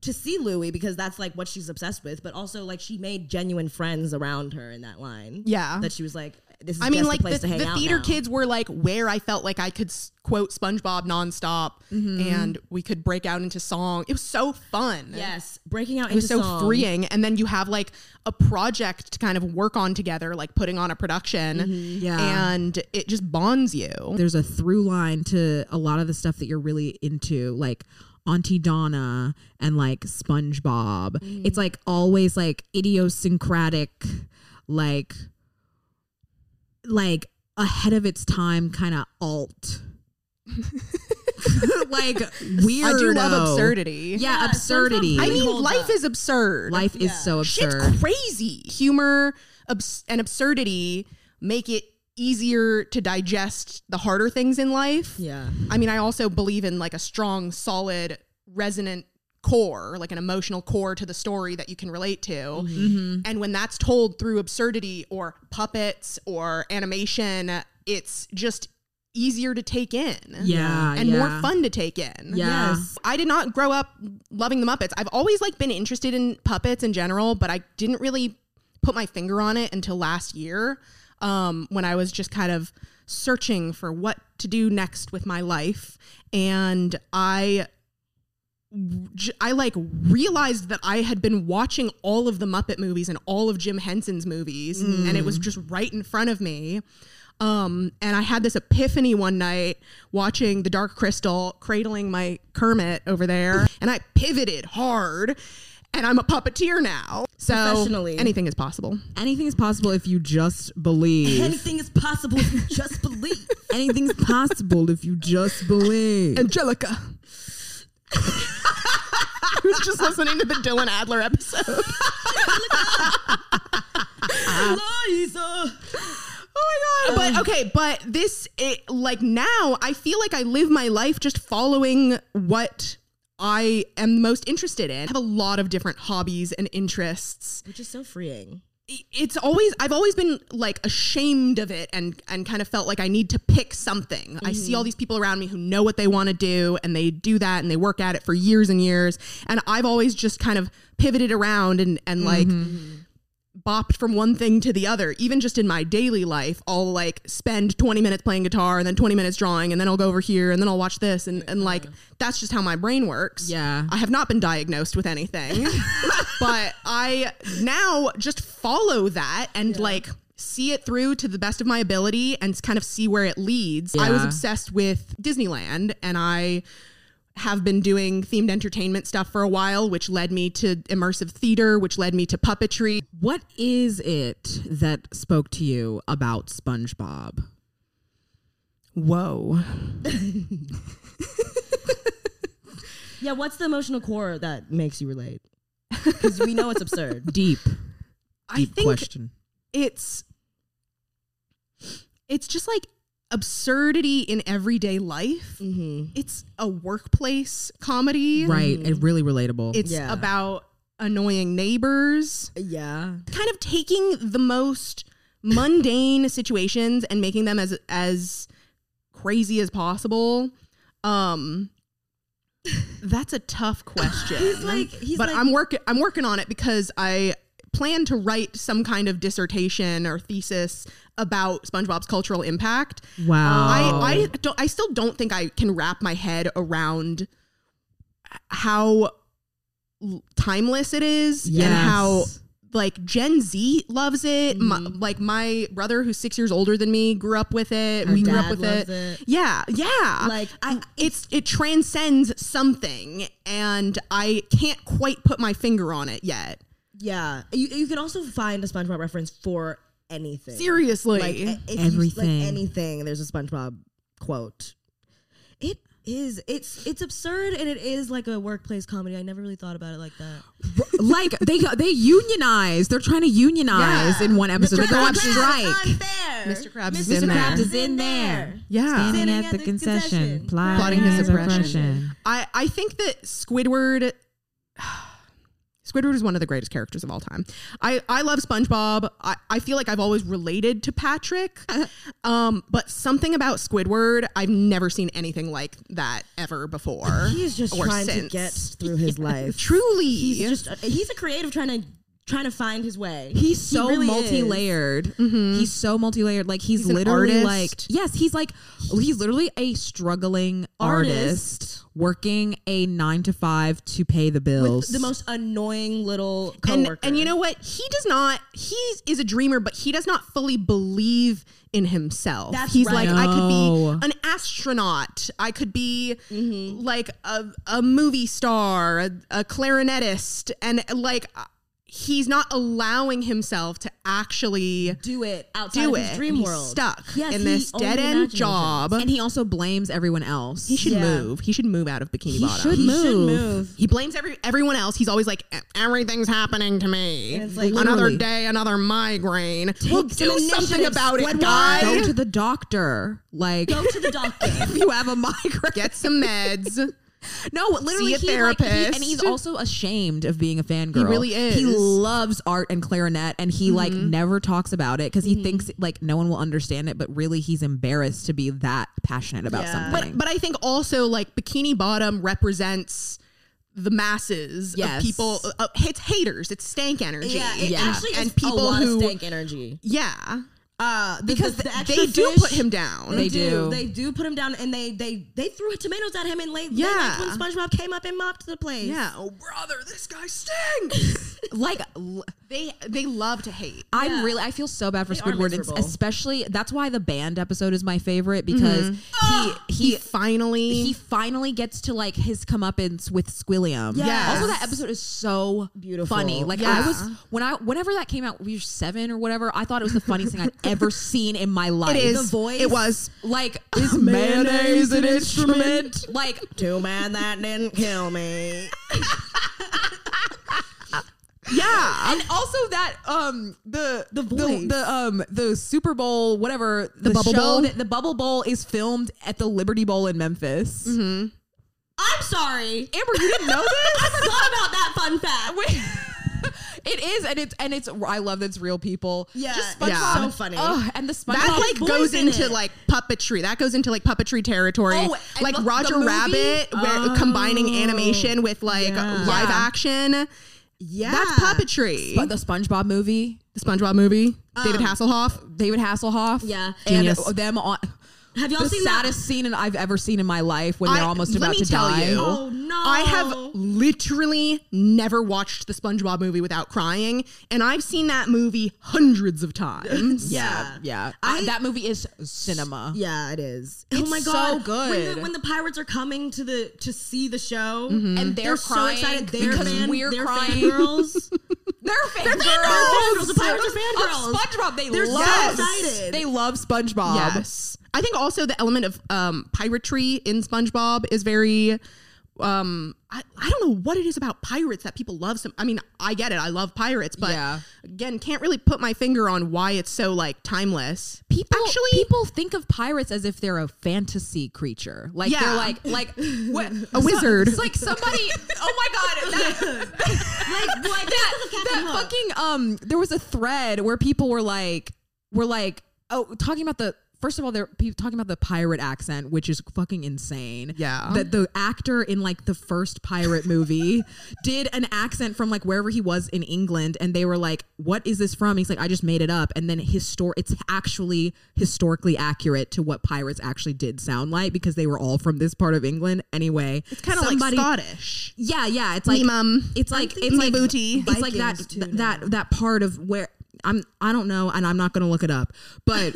Speaker 2: to see Louis because that's like what she's obsessed with, but also like she made genuine friends around her in that line.
Speaker 4: Yeah.
Speaker 2: that she was like, this is
Speaker 4: I mean,
Speaker 2: just
Speaker 4: like
Speaker 2: the place
Speaker 4: the,
Speaker 2: to hang
Speaker 4: the
Speaker 2: out
Speaker 4: theater
Speaker 2: now.
Speaker 4: kids were like where I felt like I could s- quote SpongeBob nonstop,
Speaker 2: Mm-hmm.
Speaker 4: and we could break out into song. It was so fun.
Speaker 2: Yes, breaking out
Speaker 4: It was
Speaker 2: into
Speaker 4: so
Speaker 2: song.
Speaker 4: freeing, and then you have like a project to kind of work on together, like putting on a production,
Speaker 2: Mm-hmm.
Speaker 3: Yeah.
Speaker 4: and it just bonds you.
Speaker 3: There's a through line to a lot of the stuff that you're really into, like Auntie Donna and like SpongeBob.
Speaker 4: Mm-hmm.
Speaker 3: It's like always like idiosyncratic, like like ahead of its time kind of alt. like weird.
Speaker 4: I do love absurdity.
Speaker 3: Yeah,
Speaker 2: Yeah,
Speaker 3: absurdity.
Speaker 4: I mean,
Speaker 2: Hold
Speaker 4: life
Speaker 2: up.
Speaker 4: is absurd.
Speaker 3: life is so absurd.
Speaker 4: Shit's crazy. Humor abs- and absurdity make it easier to digest the harder things in life.
Speaker 2: Yeah.
Speaker 4: I mean, I also believe in like a strong, solid, resonant core, like an emotional core to the story that you can relate to.
Speaker 3: Mm-hmm.
Speaker 4: And when that's told through absurdity or puppets or animation, it's just easier to take in.
Speaker 3: Yeah,
Speaker 4: And more
Speaker 3: yeah.
Speaker 4: fun to take in.
Speaker 3: Yeah.
Speaker 2: Yes.
Speaker 4: I did not grow up loving the Muppets. I've always like been interested in puppets in general, but I didn't really put my finger on it until last year um, when I was just kind of searching for what to do next with my life, and I. j- I like realized that I had been watching all of the Muppet movies and all of Jim Henson's movies, and it was just right in front of me. Um, and I had this epiphany one night watching The Dark Crystal, cradling my Kermit over there, and I pivoted hard. and I'm a puppeteer now. So
Speaker 2: Professionally.
Speaker 4: anything is possible.
Speaker 3: Anything is possible if you just believe.
Speaker 2: Anything is possible if you just believe.
Speaker 3: Anything's possible if you just believe.
Speaker 4: Angelica. I was just listening to the Dylan Adler episode.
Speaker 2: Eliza.
Speaker 4: Oh my god! But okay, but this it, like now I feel like I live my life just following what I am most interested in. I have a lot of different hobbies and interests.
Speaker 2: Which is so freeing.
Speaker 4: It's always I've always been like ashamed of it and and kind of felt like I need to pick something. I see all these people around me who know what they want to do and they do that and they work at it for years and years and I've always just kind of pivoted around and and like bopped from one thing to the other even just in my daily life i'll like spend 20 minutes playing guitar and then 20 minutes drawing and then i'll go over here and then i'll watch this and, and like that's just how my brain works
Speaker 3: Yeah.
Speaker 4: i have not been diagnosed with anything but i now just follow that and like see it through to the best of my ability and kind of see where it leads i was
Speaker 3: Yeah.
Speaker 4: obsessed with disneyland and i have been doing themed entertainment stuff for a while, which led me to immersive theater, which led me to puppetry.
Speaker 3: What is it that spoke to you about SpongeBob?
Speaker 4: Whoa.
Speaker 2: Yeah, what's the emotional core that makes you relate? Because we know it's absurd.
Speaker 3: Deep,
Speaker 4: I
Speaker 3: deep
Speaker 4: think
Speaker 3: question.
Speaker 4: it's it's just like absurdity in everyday life. It's a workplace comedy.
Speaker 3: Mm-hmm. Right, and really relatable.
Speaker 4: Mm. It's
Speaker 2: Yeah.
Speaker 4: about annoying neighbors,
Speaker 2: Yeah.
Speaker 4: kind of taking the most mundane situations and making them as as crazy as possible. Um that's a tough question.
Speaker 2: He's like, he's
Speaker 4: but
Speaker 2: like,
Speaker 4: I'm working I'm working on it because I plan to write some kind of dissertation or thesis about SpongeBob's cultural impact.
Speaker 3: wow.
Speaker 4: I I don't I still don't think I can wrap my head around how l- timeless it is and how
Speaker 3: Yes.
Speaker 4: like Gen Z loves it. My,
Speaker 2: Mm-hmm.
Speaker 4: like my brother who's 6 years older than me grew up with it. we grew up
Speaker 2: dad
Speaker 4: with
Speaker 2: loves
Speaker 4: it.
Speaker 2: it.
Speaker 4: Yeah, yeah.
Speaker 2: Like, I-
Speaker 4: it's it transcends something and I can't quite put my finger on it yet.
Speaker 2: yeah. You, you can also find a SpongeBob reference for anything.
Speaker 4: Seriously.
Speaker 2: Like, a- if You,
Speaker 3: Everything.
Speaker 2: like anything, there's a SpongeBob quote. It is. It's it's absurd and it is like a workplace comedy. I never really thought about it like that.
Speaker 3: like they they unionize. They're trying to unionize in one episode. They go on
Speaker 2: Krabs is
Speaker 3: strike.
Speaker 2: unfair.
Speaker 4: Mr. Krabs is
Speaker 3: Mr.
Speaker 4: in
Speaker 3: Krabs
Speaker 4: there.
Speaker 3: is in there.
Speaker 4: yeah.
Speaker 3: Standing
Speaker 2: Standing
Speaker 3: at the concession,
Speaker 4: Plotting
Speaker 3: plotting
Speaker 4: his
Speaker 3: his oppression.
Speaker 4: I, I think that Squidward Squidward is one of the greatest characters of all time. I, I love SpongeBob. I, I feel like I've always related to Patrick. Um, but something about Squidward, I've never seen anything like that ever before.
Speaker 2: He is just
Speaker 4: or
Speaker 2: trying
Speaker 4: since.
Speaker 2: to get through his life.
Speaker 4: Truly.
Speaker 2: He's just a, he's a creative trying to trying to find his way.
Speaker 3: He's so
Speaker 2: really is.
Speaker 3: multi-layered. He's so multi-layered. Like he's,
Speaker 4: Mm-hmm. He's an
Speaker 3: literally
Speaker 4: artist.
Speaker 3: like yes, he's like he's literally a struggling artist,
Speaker 2: Artist.
Speaker 3: working a nine to five to pay the bills.
Speaker 2: with the most annoying little coworker.
Speaker 4: and, and you know what? He does not, he is a dreamer, but he does not fully believe in himself.
Speaker 2: That's
Speaker 4: He's
Speaker 2: right. Mm-hmm.
Speaker 4: like, I could
Speaker 3: No.
Speaker 4: be an astronaut. I could be like a, a movie star, a, a clarinetist. And like, uh, he's not allowing himself to actually
Speaker 2: do it outside
Speaker 4: do
Speaker 2: of his
Speaker 4: it.
Speaker 2: dream
Speaker 4: And he's
Speaker 2: world.
Speaker 4: stuck
Speaker 2: Yes,
Speaker 4: in
Speaker 2: he
Speaker 4: this
Speaker 2: owns
Speaker 4: dead end
Speaker 2: imagination.
Speaker 4: job.
Speaker 3: and he also blames everyone else.
Speaker 4: He should
Speaker 2: Yeah.
Speaker 4: move. He should move out of Bikini
Speaker 3: He
Speaker 4: Bottom.
Speaker 3: should
Speaker 2: He should
Speaker 3: move.
Speaker 2: move.
Speaker 4: He blames every everyone else. He's always like, "E- everything's happening to me.
Speaker 2: And it's like-
Speaker 4: another
Speaker 3: Literally.
Speaker 4: day, another migraine. we'll
Speaker 2: some
Speaker 4: do something
Speaker 2: initiative,
Speaker 4: about it,
Speaker 2: Squidward.
Speaker 3: Go
Speaker 4: guys.
Speaker 3: to the doctor. Like
Speaker 2: Go to the doctor.
Speaker 3: if you have a migraine.
Speaker 4: Get some meds.
Speaker 3: No, literally,
Speaker 4: See a
Speaker 3: he, like, he-
Speaker 4: therapist.
Speaker 3: and he's also ashamed of being a fangirl.
Speaker 4: really is. Mm-hmm.
Speaker 3: He loves art and clarinet, and he like never talks about it because he thinks like no one will understand it. But really, he's embarrassed to be that passionate about something.
Speaker 4: But but I think also like Bikini Bottom represents the masses
Speaker 3: Yes.
Speaker 4: of people. Uh, it's haters. It's stank energy.
Speaker 2: yeah, it
Speaker 3: Yeah.
Speaker 2: actually
Speaker 4: And
Speaker 2: is
Speaker 4: people
Speaker 2: a lot
Speaker 4: who-
Speaker 2: of stank energy.
Speaker 4: Yeah.
Speaker 2: Uh, the-
Speaker 3: Because
Speaker 2: the, the
Speaker 3: they
Speaker 2: extra
Speaker 3: do
Speaker 2: fish-
Speaker 3: put him down. They
Speaker 2: They do.
Speaker 3: do.
Speaker 2: They do put him down, and they they they threw tomatoes at him, and late, yeah.
Speaker 3: Yeah.
Speaker 2: when SpongeBob came up and mopped the place.
Speaker 3: Yeah.
Speaker 4: Oh brother, this guy stinks.
Speaker 3: like l-
Speaker 4: they they love to hate.
Speaker 3: I'm really I feel so bad for
Speaker 2: They are
Speaker 3: Squidward, and s-
Speaker 2: miserable.
Speaker 3: especially that's why the band episode is my favorite because he he
Speaker 4: finally
Speaker 3: he finally gets to like his comeuppance with Squilliam.
Speaker 2: Yes.
Speaker 3: Also, that episode is so
Speaker 2: Beautiful.
Speaker 3: funny. Like
Speaker 4: Yeah.
Speaker 3: I was when I whenever that came out, we were seven or whatever. I thought it was the funniest thing I'd ever seen in my life.
Speaker 4: it is.
Speaker 2: the voice-
Speaker 4: It was.
Speaker 3: Like
Speaker 2: mayonnaise an instrument?
Speaker 3: Like
Speaker 2: Too bad that didn't kill me.
Speaker 3: yeah, and also that um the the the,
Speaker 2: voice.
Speaker 3: um the Super Bowl whatever the,
Speaker 4: Bubble
Speaker 3: show
Speaker 4: Bowl?
Speaker 3: that- the Bubble Bowl is filmed at the Liberty Bowl in Memphis.
Speaker 4: Mm-hmm.
Speaker 2: I'm sorry.
Speaker 3: Amber, you didn't know
Speaker 2: I
Speaker 3: this?
Speaker 2: forgot about that fun fact.
Speaker 3: Wait. It is, and it's and it's. I love that it's real people.
Speaker 2: Yeah,
Speaker 3: just SpongeBob.
Speaker 2: it's so funny.
Speaker 3: Ugh, and the SpongeBob
Speaker 4: That
Speaker 2: his
Speaker 4: like
Speaker 2: voice
Speaker 4: goes
Speaker 2: in
Speaker 4: into
Speaker 2: it.
Speaker 4: like puppetry. That goes into like puppetry territory.
Speaker 3: Oh, and
Speaker 4: like
Speaker 3: the- the
Speaker 4: Roger
Speaker 3: movie? Oh.
Speaker 4: Rabbit, where combining animation with like live
Speaker 3: Yeah.
Speaker 4: action.
Speaker 2: Yeah,
Speaker 4: That's puppetry.
Speaker 3: But the SpongeBob movie, Um,
Speaker 4: the SpongeBob movie, David Hasselhoff.
Speaker 3: David Hasselhoff.
Speaker 2: Yeah.
Speaker 3: and
Speaker 4: Genius.
Speaker 3: them on.
Speaker 2: Have y'all
Speaker 3: the
Speaker 2: seen that?
Speaker 3: saddest scene in- I've ever seen in my life when they're
Speaker 4: I-
Speaker 3: almost
Speaker 4: let
Speaker 3: about
Speaker 4: me
Speaker 3: to
Speaker 4: tell
Speaker 3: die.
Speaker 4: you.
Speaker 2: Oh no!
Speaker 4: I have literally never watched the SpongeBob movie without crying, and I've seen that movie hundreds of times.
Speaker 3: Yeah, yeah.
Speaker 2: I-
Speaker 3: that movie is cinema.
Speaker 2: Yeah, it is. oh
Speaker 3: It's
Speaker 2: my
Speaker 3: so
Speaker 2: god, When
Speaker 3: good. Mm-hmm.
Speaker 2: the, when the pirates are coming to the to see the show,
Speaker 3: And
Speaker 2: they're,
Speaker 3: they're
Speaker 2: so
Speaker 3: crying
Speaker 2: excited. They're
Speaker 3: because
Speaker 2: man,
Speaker 3: we're
Speaker 2: they're
Speaker 3: crying.
Speaker 2: fangirls.
Speaker 3: They're fangirls.
Speaker 2: fangirls. The pirates are fangirls.
Speaker 3: Of SpongeBob. They
Speaker 2: They're so
Speaker 3: love.
Speaker 2: excited.
Speaker 3: They love SpongeBob.
Speaker 4: Yes. I think also the element of um, piratry in SpongeBob is very. Um, I, I don't know what it is about pirates that people love. Some, I mean, I get it. I love pirates, but
Speaker 3: Yeah.
Speaker 4: again, can't really put my finger on why it's so like timeless.
Speaker 3: people
Speaker 4: actually,
Speaker 3: people think of pirates as if they're a fantasy creature like
Speaker 4: Yeah.
Speaker 3: they're like like what
Speaker 4: A wizard.
Speaker 3: it's like somebody oh my god that,
Speaker 2: like like
Speaker 3: that, that fucking um there was a thread where people were like were like oh talking about the First of all, they're people talking about the pirate accent, which is fucking insane.
Speaker 4: Yeah.
Speaker 3: that the actor in like the first pirate movie did an accent from like wherever he was in England, and they were like, "What is this from?" He's like, "I just made it up." And then histor- it's actually historically accurate to what pirates actually did sound like because they were all from this part of England. Anyway, it's
Speaker 4: kind of like Scottish.
Speaker 3: yeah, yeah. It's like
Speaker 4: Me mum.
Speaker 3: it's like
Speaker 4: thinking
Speaker 3: it's like
Speaker 4: booty.
Speaker 3: It's like that
Speaker 2: Vikings too
Speaker 3: that that part of where I'm. I don't know, and I'm not gonna look it up. But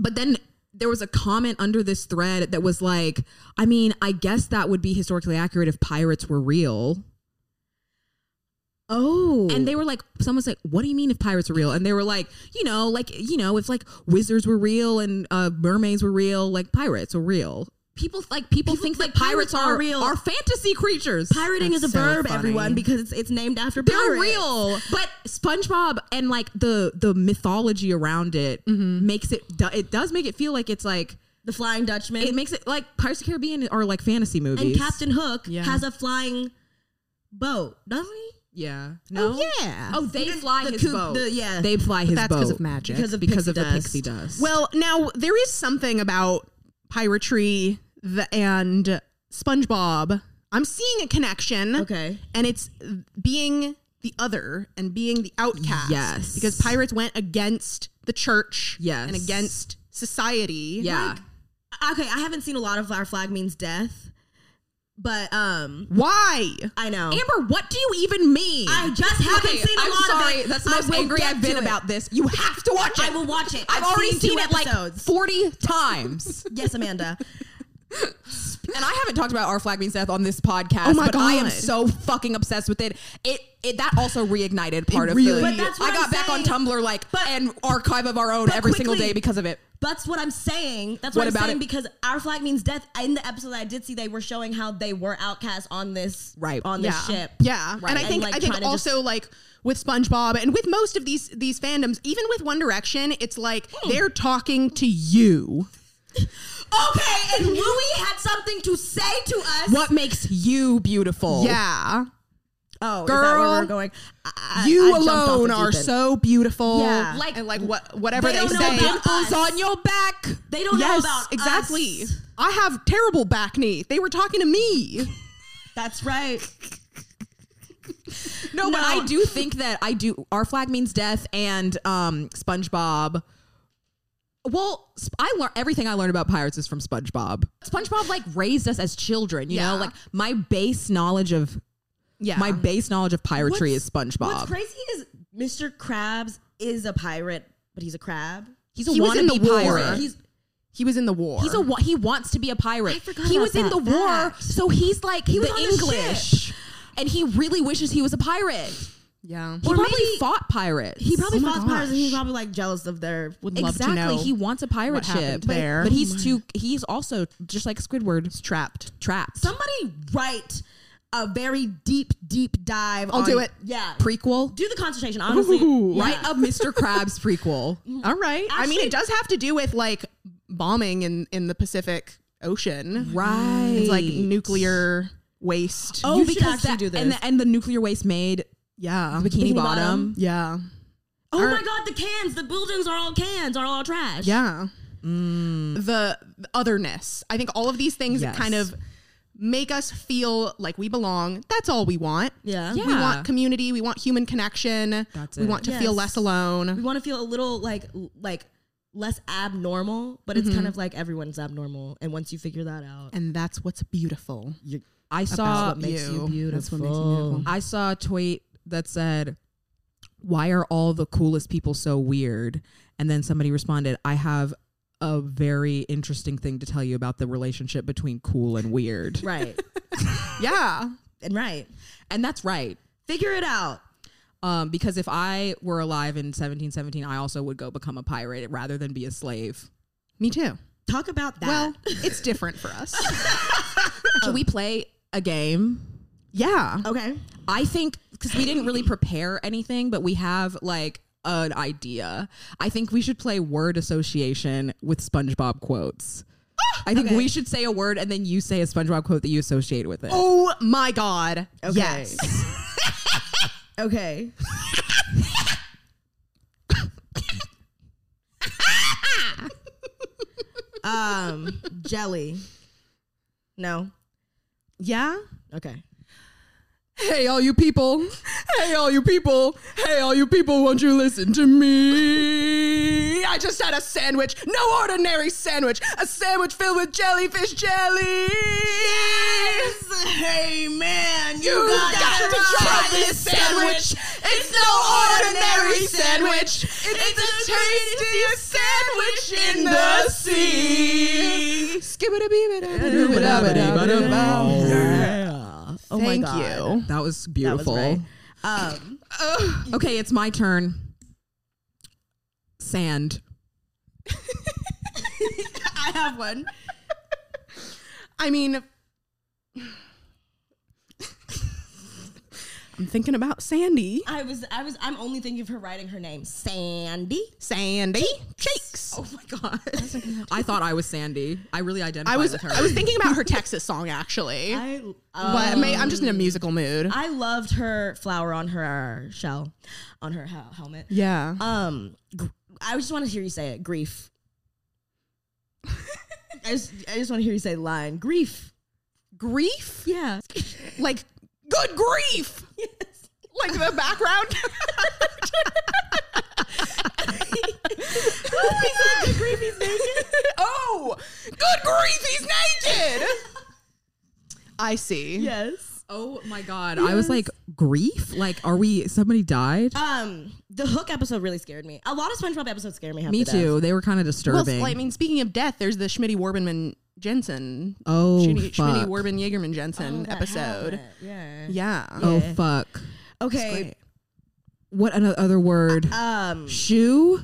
Speaker 3: but then there was a comment under this thread that was like, I mean, I guess that would be historically accurate if pirates were real.
Speaker 2: Oh,
Speaker 3: And they were like, someone's like, what do you mean if pirates are real? And they were like, you know, like, you know, if like wizards were real and uh, mermaids were real, like pirates are real. People like people,
Speaker 2: People
Speaker 3: think
Speaker 2: think
Speaker 3: that pirates, are, real. are fantasy creatures.
Speaker 2: pirating is a
Speaker 3: That's so
Speaker 2: verb,
Speaker 3: funny.
Speaker 2: everyone, because it's it's named after
Speaker 3: They're
Speaker 2: pirates.
Speaker 3: real, but SpongeBob and like the the mythology around it makes it do- it does make it feel like it's like
Speaker 2: The Flying Dutchman
Speaker 3: it makes it like Pirates of the Caribbean are like fantasy movies.
Speaker 2: and Captain Hook
Speaker 3: Yeah.
Speaker 2: has a flying boat, doesn't he?
Speaker 3: yeah, no,
Speaker 2: yeah.
Speaker 3: oh they fly
Speaker 2: The
Speaker 3: his
Speaker 2: coup-
Speaker 3: boat,
Speaker 2: the- yeah.
Speaker 3: they fly his
Speaker 4: That's
Speaker 3: boat
Speaker 4: because of magic.
Speaker 2: Because of
Speaker 3: because
Speaker 2: pixie
Speaker 3: of the
Speaker 2: dust.
Speaker 3: pixie dust.
Speaker 4: Well, now there is something about piratry the, and SpongeBob. I'm seeing a connection.
Speaker 2: Okay.
Speaker 4: And it's being the other and being the outcast.
Speaker 3: Yes.
Speaker 4: Because pirates went against the church
Speaker 3: Yes.
Speaker 4: and against society.
Speaker 3: yeah,
Speaker 2: Okay, I haven't seen a lot of Our Flag Means Death, but um,
Speaker 4: Why?
Speaker 2: I know.
Speaker 3: Amber, what do you even mean?
Speaker 2: I just haven't
Speaker 3: Okay,
Speaker 2: seen a
Speaker 3: I'm
Speaker 2: lot
Speaker 3: sorry.
Speaker 2: of it.
Speaker 3: That's the
Speaker 2: I
Speaker 3: most
Speaker 2: will
Speaker 3: angry
Speaker 2: get
Speaker 3: I've been
Speaker 2: to it.
Speaker 3: about this. You have to watch it.
Speaker 2: I will watch it.
Speaker 3: I've,
Speaker 2: I've
Speaker 3: already
Speaker 2: seen
Speaker 3: seen,
Speaker 2: two
Speaker 3: it like
Speaker 2: episodes.
Speaker 3: 40 times.
Speaker 2: Yes, Amanda.
Speaker 3: and I haven't talked about Our Flag Means Death on this podcast,
Speaker 4: Oh my
Speaker 3: but I am
Speaker 4: God.
Speaker 3: so fucking obsessed with it. It it that also reignited part of
Speaker 4: really-
Speaker 3: the
Speaker 4: But
Speaker 2: that's what
Speaker 3: I got
Speaker 2: I'm
Speaker 3: back
Speaker 2: saying.
Speaker 3: on Tumblr like
Speaker 2: But-
Speaker 3: an archive of our own
Speaker 2: but
Speaker 3: every single
Speaker 2: quickly-
Speaker 3: day because of it.
Speaker 2: That's what I'm saying. That's what,
Speaker 3: What
Speaker 2: I'm
Speaker 3: about
Speaker 2: saying
Speaker 3: it?
Speaker 2: because our flag means death. In the episode that I did see, they were showing how they were outcasts on this
Speaker 3: Right.
Speaker 2: on
Speaker 4: Yeah.
Speaker 2: this ship.
Speaker 4: Yeah.
Speaker 3: Right.
Speaker 4: And I
Speaker 2: And,
Speaker 4: think
Speaker 2: like,
Speaker 4: I
Speaker 2: trying
Speaker 4: think
Speaker 2: to
Speaker 4: also like with SpongeBob and with most of these these fandoms, even with One Direction, it's like
Speaker 2: Hmm.
Speaker 4: they're talking to you.
Speaker 2: Okay, and Louis had something to say to us.
Speaker 3: What makes you beautiful?
Speaker 4: Yeah.
Speaker 2: Oh,
Speaker 4: Girl,
Speaker 2: is that where we're going? I- I-
Speaker 4: you
Speaker 2: I jumped off the
Speaker 4: alone
Speaker 2: deep
Speaker 4: are
Speaker 2: end.
Speaker 4: so beautiful.
Speaker 2: Yeah.
Speaker 4: Like and like what whatever
Speaker 2: They
Speaker 4: they,
Speaker 2: don't know
Speaker 4: say.
Speaker 2: about
Speaker 3: Dimples
Speaker 2: us.
Speaker 3: on your back.
Speaker 2: They don't
Speaker 4: yes,
Speaker 2: know about
Speaker 4: exactly.
Speaker 2: us.
Speaker 4: I have terrible back knee. They were talking to me.
Speaker 2: That's right.
Speaker 3: No, but
Speaker 2: No.
Speaker 3: I do think that I do. Our flag means death, and um, SpongeBob Well, sp- I learned everything I learned about pirates is from SpongeBob. SpongeBob like raised us as children, you
Speaker 4: Yeah.
Speaker 3: know? Like my base knowledge of
Speaker 4: Yeah.
Speaker 3: my base knowledge of
Speaker 2: What's-
Speaker 3: piracy is
Speaker 2: What's
Speaker 3: SpongeBob.
Speaker 2: crazy is Mr. Krabs is a pirate, but he's a crab.
Speaker 3: He's a
Speaker 4: He was in
Speaker 3: wannabe
Speaker 4: the war.
Speaker 3: pirate.
Speaker 2: He's
Speaker 4: He was in the war.
Speaker 3: He's a wa- he wants to be a pirate.
Speaker 2: I forgot
Speaker 3: he
Speaker 2: about
Speaker 3: was in
Speaker 2: that
Speaker 3: the war,
Speaker 2: fact.
Speaker 3: so he's like he
Speaker 2: was
Speaker 3: the
Speaker 2: on the
Speaker 3: English, and he really wishes he was a pirate.
Speaker 4: yeah.
Speaker 3: He
Speaker 2: Or
Speaker 3: probably
Speaker 2: maybe-
Speaker 3: fought pirates.
Speaker 2: he probably
Speaker 4: Oh my
Speaker 2: fought pirates, and he's
Speaker 4: gosh.
Speaker 2: probably like jealous of their.
Speaker 4: Would love
Speaker 3: exactly.
Speaker 4: to know.
Speaker 3: he wants a pirate
Speaker 4: what
Speaker 3: ship,
Speaker 4: happened
Speaker 3: but,
Speaker 4: there.
Speaker 3: but he's too. He's also just like Squidward,
Speaker 4: trapped.
Speaker 3: trapped.
Speaker 2: Somebody write a very deep, deep dive.
Speaker 4: I'll
Speaker 2: on-
Speaker 4: do it.
Speaker 2: Yeah,
Speaker 3: prequel,
Speaker 2: do the concentration. Honestly, Yeah.
Speaker 3: right? Of Mr. Krabs prequel.
Speaker 4: All right. I mean,
Speaker 2: Actually-
Speaker 4: it does have to do with like bombing in in the Pacific Ocean.
Speaker 3: Right.
Speaker 4: It's like nuclear waste.
Speaker 3: Oh,
Speaker 2: You should
Speaker 3: because
Speaker 2: actually
Speaker 3: that,
Speaker 2: do
Speaker 3: And
Speaker 2: this.
Speaker 3: the, and the nuclear waste made
Speaker 4: yeah.
Speaker 3: Bikini,
Speaker 2: Bikini
Speaker 3: Bottom.
Speaker 2: Bottom.
Speaker 4: Yeah.
Speaker 2: Oh my god, the cans, the buildings are all cans, are all trash.
Speaker 4: Yeah. The the otherness. I think all of these things
Speaker 3: Mm. Yes.
Speaker 4: kind of make us feel like we belong. That's all we want.
Speaker 2: Yeah.
Speaker 4: We
Speaker 3: Yeah.
Speaker 4: want community. We want human connection.
Speaker 3: That's
Speaker 4: we
Speaker 3: it.
Speaker 4: want to feel
Speaker 2: Yes.
Speaker 4: less alone.
Speaker 2: We want to feel a little like like less abnormal, but it's kind of like everyone's abnormal and once you figure that out,
Speaker 4: And that's what's beautiful.
Speaker 3: I saw
Speaker 4: what makes you
Speaker 2: beautiful.
Speaker 4: That's what makes you beautiful.
Speaker 3: I saw a tweet that said, "Why are all the coolest people so weird?" And then somebody responded, "I have a very interesting thing to tell you about the relationship between cool and weird."
Speaker 2: right.
Speaker 4: Yeah.
Speaker 2: and right.
Speaker 3: And that's right.
Speaker 2: Figure it out.
Speaker 3: Um, because if I were alive in 1717, I also would go become a pirate rather than be a slave.
Speaker 4: Me too.
Speaker 2: Talk about that.
Speaker 4: Well, it's different for us.
Speaker 3: Should we play a game?
Speaker 4: yeah.
Speaker 2: okay.
Speaker 3: I think because we didn't really prepare anything, but we have like an idea. I think we should play word association with SpongeBob quotes.
Speaker 4: Ah!
Speaker 3: I think we should say a word and then you say a SpongeBob quote that you associate with it.
Speaker 4: Oh my God. Yes.
Speaker 2: Okay. um jelly. No.
Speaker 4: Yeah.
Speaker 2: Okay.
Speaker 3: Hey, all you people. Hey, all you people. Hey, all you people, won't you listen to me?
Speaker 4: I just had a sandwich. No ordinary sandwich. A sandwich filled with jellyfish jelly.
Speaker 2: Hey man, you,
Speaker 4: got to try this sandwich. It's no ordinary sandwich. It's the tastiest sandwich in the sea.
Speaker 2: Oh
Speaker 4: Thank
Speaker 2: my god.
Speaker 3: That
Speaker 4: you.
Speaker 3: was
Speaker 2: That was
Speaker 3: beautiful.
Speaker 2: right. Um,
Speaker 3: Okay, it's my turn. Sand.
Speaker 2: I have one.
Speaker 4: I mean, I'm thinking about Sandy.
Speaker 2: I was I was I'm only thinking of her writing her name. Sandy.
Speaker 4: Sandy cheeks.
Speaker 2: Oh my god.
Speaker 3: I thought I was Sandy. I really identified
Speaker 4: I was
Speaker 3: with her.
Speaker 4: I was thinking about her Texas song actually,
Speaker 2: I
Speaker 4: but
Speaker 2: um,
Speaker 4: may, I'm just in a musical mood.
Speaker 2: I loved her flower on her uh, shell, on her hel- helmet.
Speaker 4: yeah.
Speaker 2: Um, gr- I just want to hear you say it. Grief. I just I just want to hear you say the line. Grief.
Speaker 4: Grief?
Speaker 2: Yeah.
Speaker 4: Like good grief.
Speaker 2: yes.
Speaker 4: Like the background.
Speaker 2: Good grief. He's naked.
Speaker 4: oh, good grief, he's naked. I see.
Speaker 2: Yes.
Speaker 3: Oh my god! I was like, grief. Like, are we? Somebody died.
Speaker 2: Um, the hook episode really scared me. A lot of SpongeBob episodes scare me. half
Speaker 3: Me
Speaker 2: to
Speaker 3: too.
Speaker 2: death.
Speaker 3: They were kind of
Speaker 4: Well,
Speaker 3: disturbing.
Speaker 4: I mean, speaking of death, there's the Schmitty Warbenman Jensen.
Speaker 3: Oh,
Speaker 4: Schmitty, Schmitty
Speaker 3: fuck.
Speaker 4: Warben Jaegerman Jensen
Speaker 2: That
Speaker 4: episode.
Speaker 2: helmet, Yeah.
Speaker 4: Yeah.
Speaker 3: oh fuck!
Speaker 2: Okay.
Speaker 3: What another word?
Speaker 2: Um.
Speaker 3: Shoe.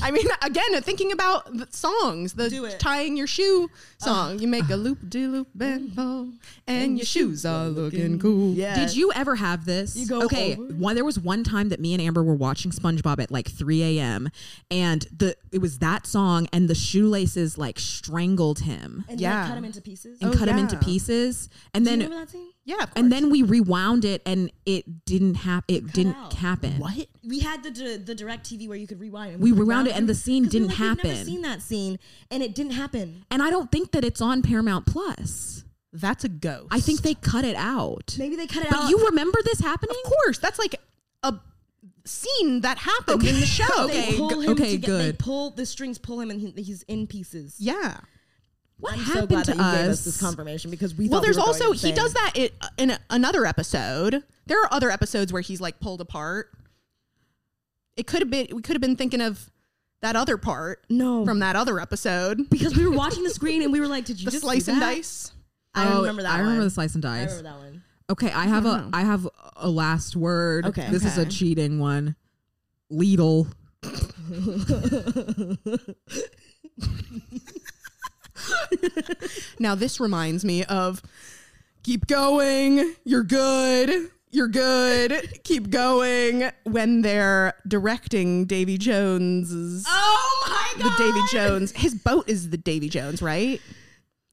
Speaker 4: I mean, again, thinking about the songs,
Speaker 2: Do
Speaker 4: the
Speaker 2: it.
Speaker 4: tying your shoe song. You make a loop de loop and bow, and your shoes are looking cool.
Speaker 2: Yeah.
Speaker 3: Did you ever have this?
Speaker 2: You go
Speaker 3: okay.
Speaker 2: over?
Speaker 3: One, there was one time that me and Amber were watching SpongeBob at like 3 a.m. and the it was that song and the shoelaces like strangled him
Speaker 2: And yeah.
Speaker 4: Yeah.
Speaker 2: Like, cut him into pieces.
Speaker 3: and
Speaker 4: Oh,
Speaker 3: cut him into
Speaker 4: yeah.
Speaker 3: pieces. And
Speaker 2: Do you
Speaker 3: then
Speaker 2: remember that scene?
Speaker 4: Yeah, of
Speaker 3: and
Speaker 4: course.
Speaker 3: then we rewound it and it didn't happen. It didn't
Speaker 2: out.
Speaker 3: happen.
Speaker 4: what?
Speaker 2: we had the d- the direct TV where you could rewind. and
Speaker 3: We rewound it and
Speaker 2: it
Speaker 3: the scene
Speaker 2: 'cause we were
Speaker 3: didn't
Speaker 2: like, We've
Speaker 3: happen.
Speaker 2: never seen that scene, and it didn't happen.
Speaker 3: And I don't think that it's on Paramount Plus.
Speaker 4: That's a ghost.
Speaker 3: I think they cut it out.
Speaker 2: Maybe they cut it
Speaker 3: But
Speaker 2: out.
Speaker 3: you remember this happening?
Speaker 4: Of course, that's like a scene that happened in the show.
Speaker 2: They pull him
Speaker 3: okay,
Speaker 2: to get,
Speaker 3: good.
Speaker 2: They pull the strings, pull him, and he, he's in pieces.
Speaker 4: Yeah.
Speaker 2: What I'm so
Speaker 3: happened
Speaker 2: glad
Speaker 3: to
Speaker 2: that you gave us this
Speaker 3: us?
Speaker 2: confirmation because we.
Speaker 4: Well,
Speaker 2: thought we
Speaker 4: there's
Speaker 2: were going
Speaker 4: also he
Speaker 2: insane.
Speaker 4: does that i in a, another episode. There are other episodes where he's like pulled apart. It could have been we could have been thinking of that other part
Speaker 2: No.
Speaker 4: from that other episode,
Speaker 2: because we were watching the screen and we were like, "Did you
Speaker 4: the
Speaker 2: just do
Speaker 4: slice and
Speaker 2: that?
Speaker 4: dice.
Speaker 2: I
Speaker 3: Oh,
Speaker 2: remember that.
Speaker 3: I remember
Speaker 2: one.
Speaker 3: the slice and
Speaker 2: I
Speaker 3: dice.
Speaker 2: remember that one.
Speaker 3: Okay, I have a I have a last word.
Speaker 2: Mm-hmm. Okay. Oh
Speaker 3: This is a cheating one. Lidl.
Speaker 4: Now this reminds me of keep going. You're good. You're good. Keep going when they're directing Davy Jones's
Speaker 2: Oh my
Speaker 4: the Davy Jones. His boat is the Davy Jones, right?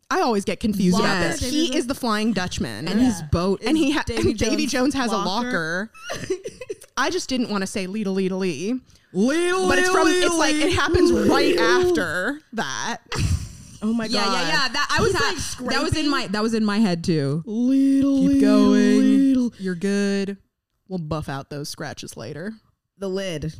Speaker 4: I always get confused about
Speaker 3: Yes.
Speaker 4: this. He is the Flying Dutchman,
Speaker 3: And his boat
Speaker 4: and
Speaker 3: is
Speaker 4: he ha-
Speaker 2: Davy
Speaker 4: and Davy
Speaker 2: Jones'
Speaker 4: Jones has
Speaker 2: locker.
Speaker 4: a locker. I just didn't want to say Lee to Lee to Lee,
Speaker 3: Lidl.
Speaker 4: but it's from
Speaker 3: Lidl,
Speaker 4: it's like it
Speaker 3: Lidl.
Speaker 4: happens right after that.
Speaker 2: Oh my
Speaker 3: Yeah, yeah,
Speaker 2: god.
Speaker 3: yeah. That I was
Speaker 2: He's,
Speaker 3: ha-
Speaker 2: like,
Speaker 3: that was in
Speaker 2: scraping.
Speaker 3: my that was in my head too.
Speaker 4: Little,
Speaker 3: Keep going.
Speaker 4: You're good. We'll buff out those scratches later.
Speaker 2: The lid.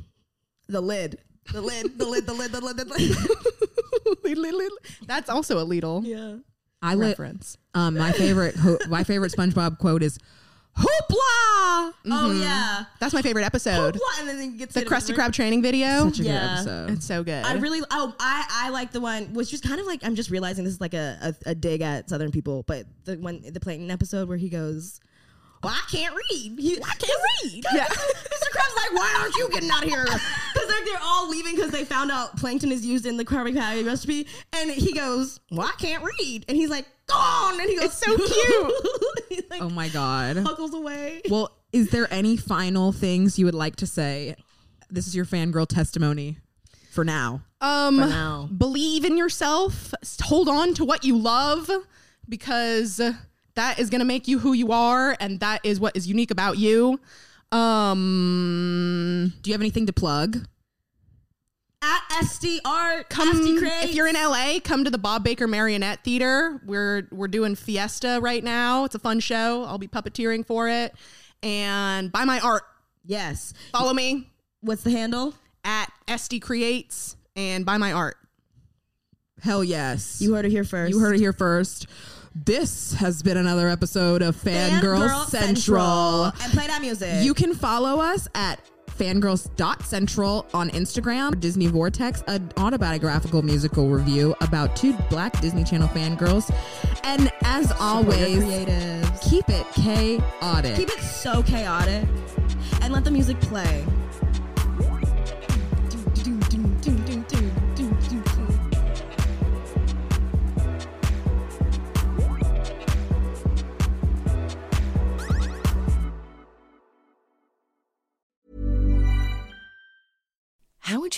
Speaker 2: The lid. The lid. The lid. The lid. The lid. The lid.
Speaker 4: Lee, Lee, Lee. That's also a Lidl
Speaker 2: yeah.
Speaker 3: I lit
Speaker 4: reference.
Speaker 3: um my favorite ho- my favorite SpongeBob quote is hoopla.
Speaker 2: Oh yeah.
Speaker 4: That's my favorite episode.
Speaker 2: What? And then he gets
Speaker 4: The
Speaker 2: hit
Speaker 4: Krusty
Speaker 2: with-
Speaker 4: Krab training video.
Speaker 3: Such a
Speaker 2: Yeah.
Speaker 3: good episode.
Speaker 4: it's so good.
Speaker 2: I really oh I I like the one which is kind of like I'm just realizing this is like a, a, a dig at Southern people, but the one the Plankton episode where he goes, "Well, I can't read. He, I can't read." Yeah. Mr. Krabs like, "Why aren't you getting out here?" Because like they're all leaving because they found out plankton is used in the Krabby Patty recipe, and he goes, "Well, I can't read," and he's like, "Go on," and he goes,
Speaker 4: It's so cute.
Speaker 2: He, like,
Speaker 3: oh my god.
Speaker 2: Buckles away.
Speaker 3: Well, is there any final things you would like to say? This is your fangirl testimony for now.
Speaker 4: Um,
Speaker 2: now.
Speaker 4: believe in yourself. S- Hold on to what you love because that is going to make you who you are, and that is what is unique about you. Um,
Speaker 3: Do you have anything to plug?
Speaker 2: At SDR,
Speaker 4: come
Speaker 2: SD Craig.
Speaker 4: if you're in LA, come to the Bob Baker Marionette Theater. We're we're doing Fiesta right now. It's a fun show. I'll be puppeteering for it, and buy my art.
Speaker 2: yes.
Speaker 4: Follow me
Speaker 2: What's the handle?
Speaker 4: at SD Creates and buy my art.
Speaker 3: Hell yes.
Speaker 2: You heard it here first.
Speaker 3: You heard it here first. This has been another episode of Fangirl, Central.
Speaker 2: And play that music.
Speaker 3: You can follow us at fangirls.central on Instagram, Disney Vortex, an autobiographical musical review about two black Disney Channel fangirls. And as always,
Speaker 2: creatives.
Speaker 3: keep it chaotic.
Speaker 2: Keep it so chaotic and let the music play.
Speaker 8: How would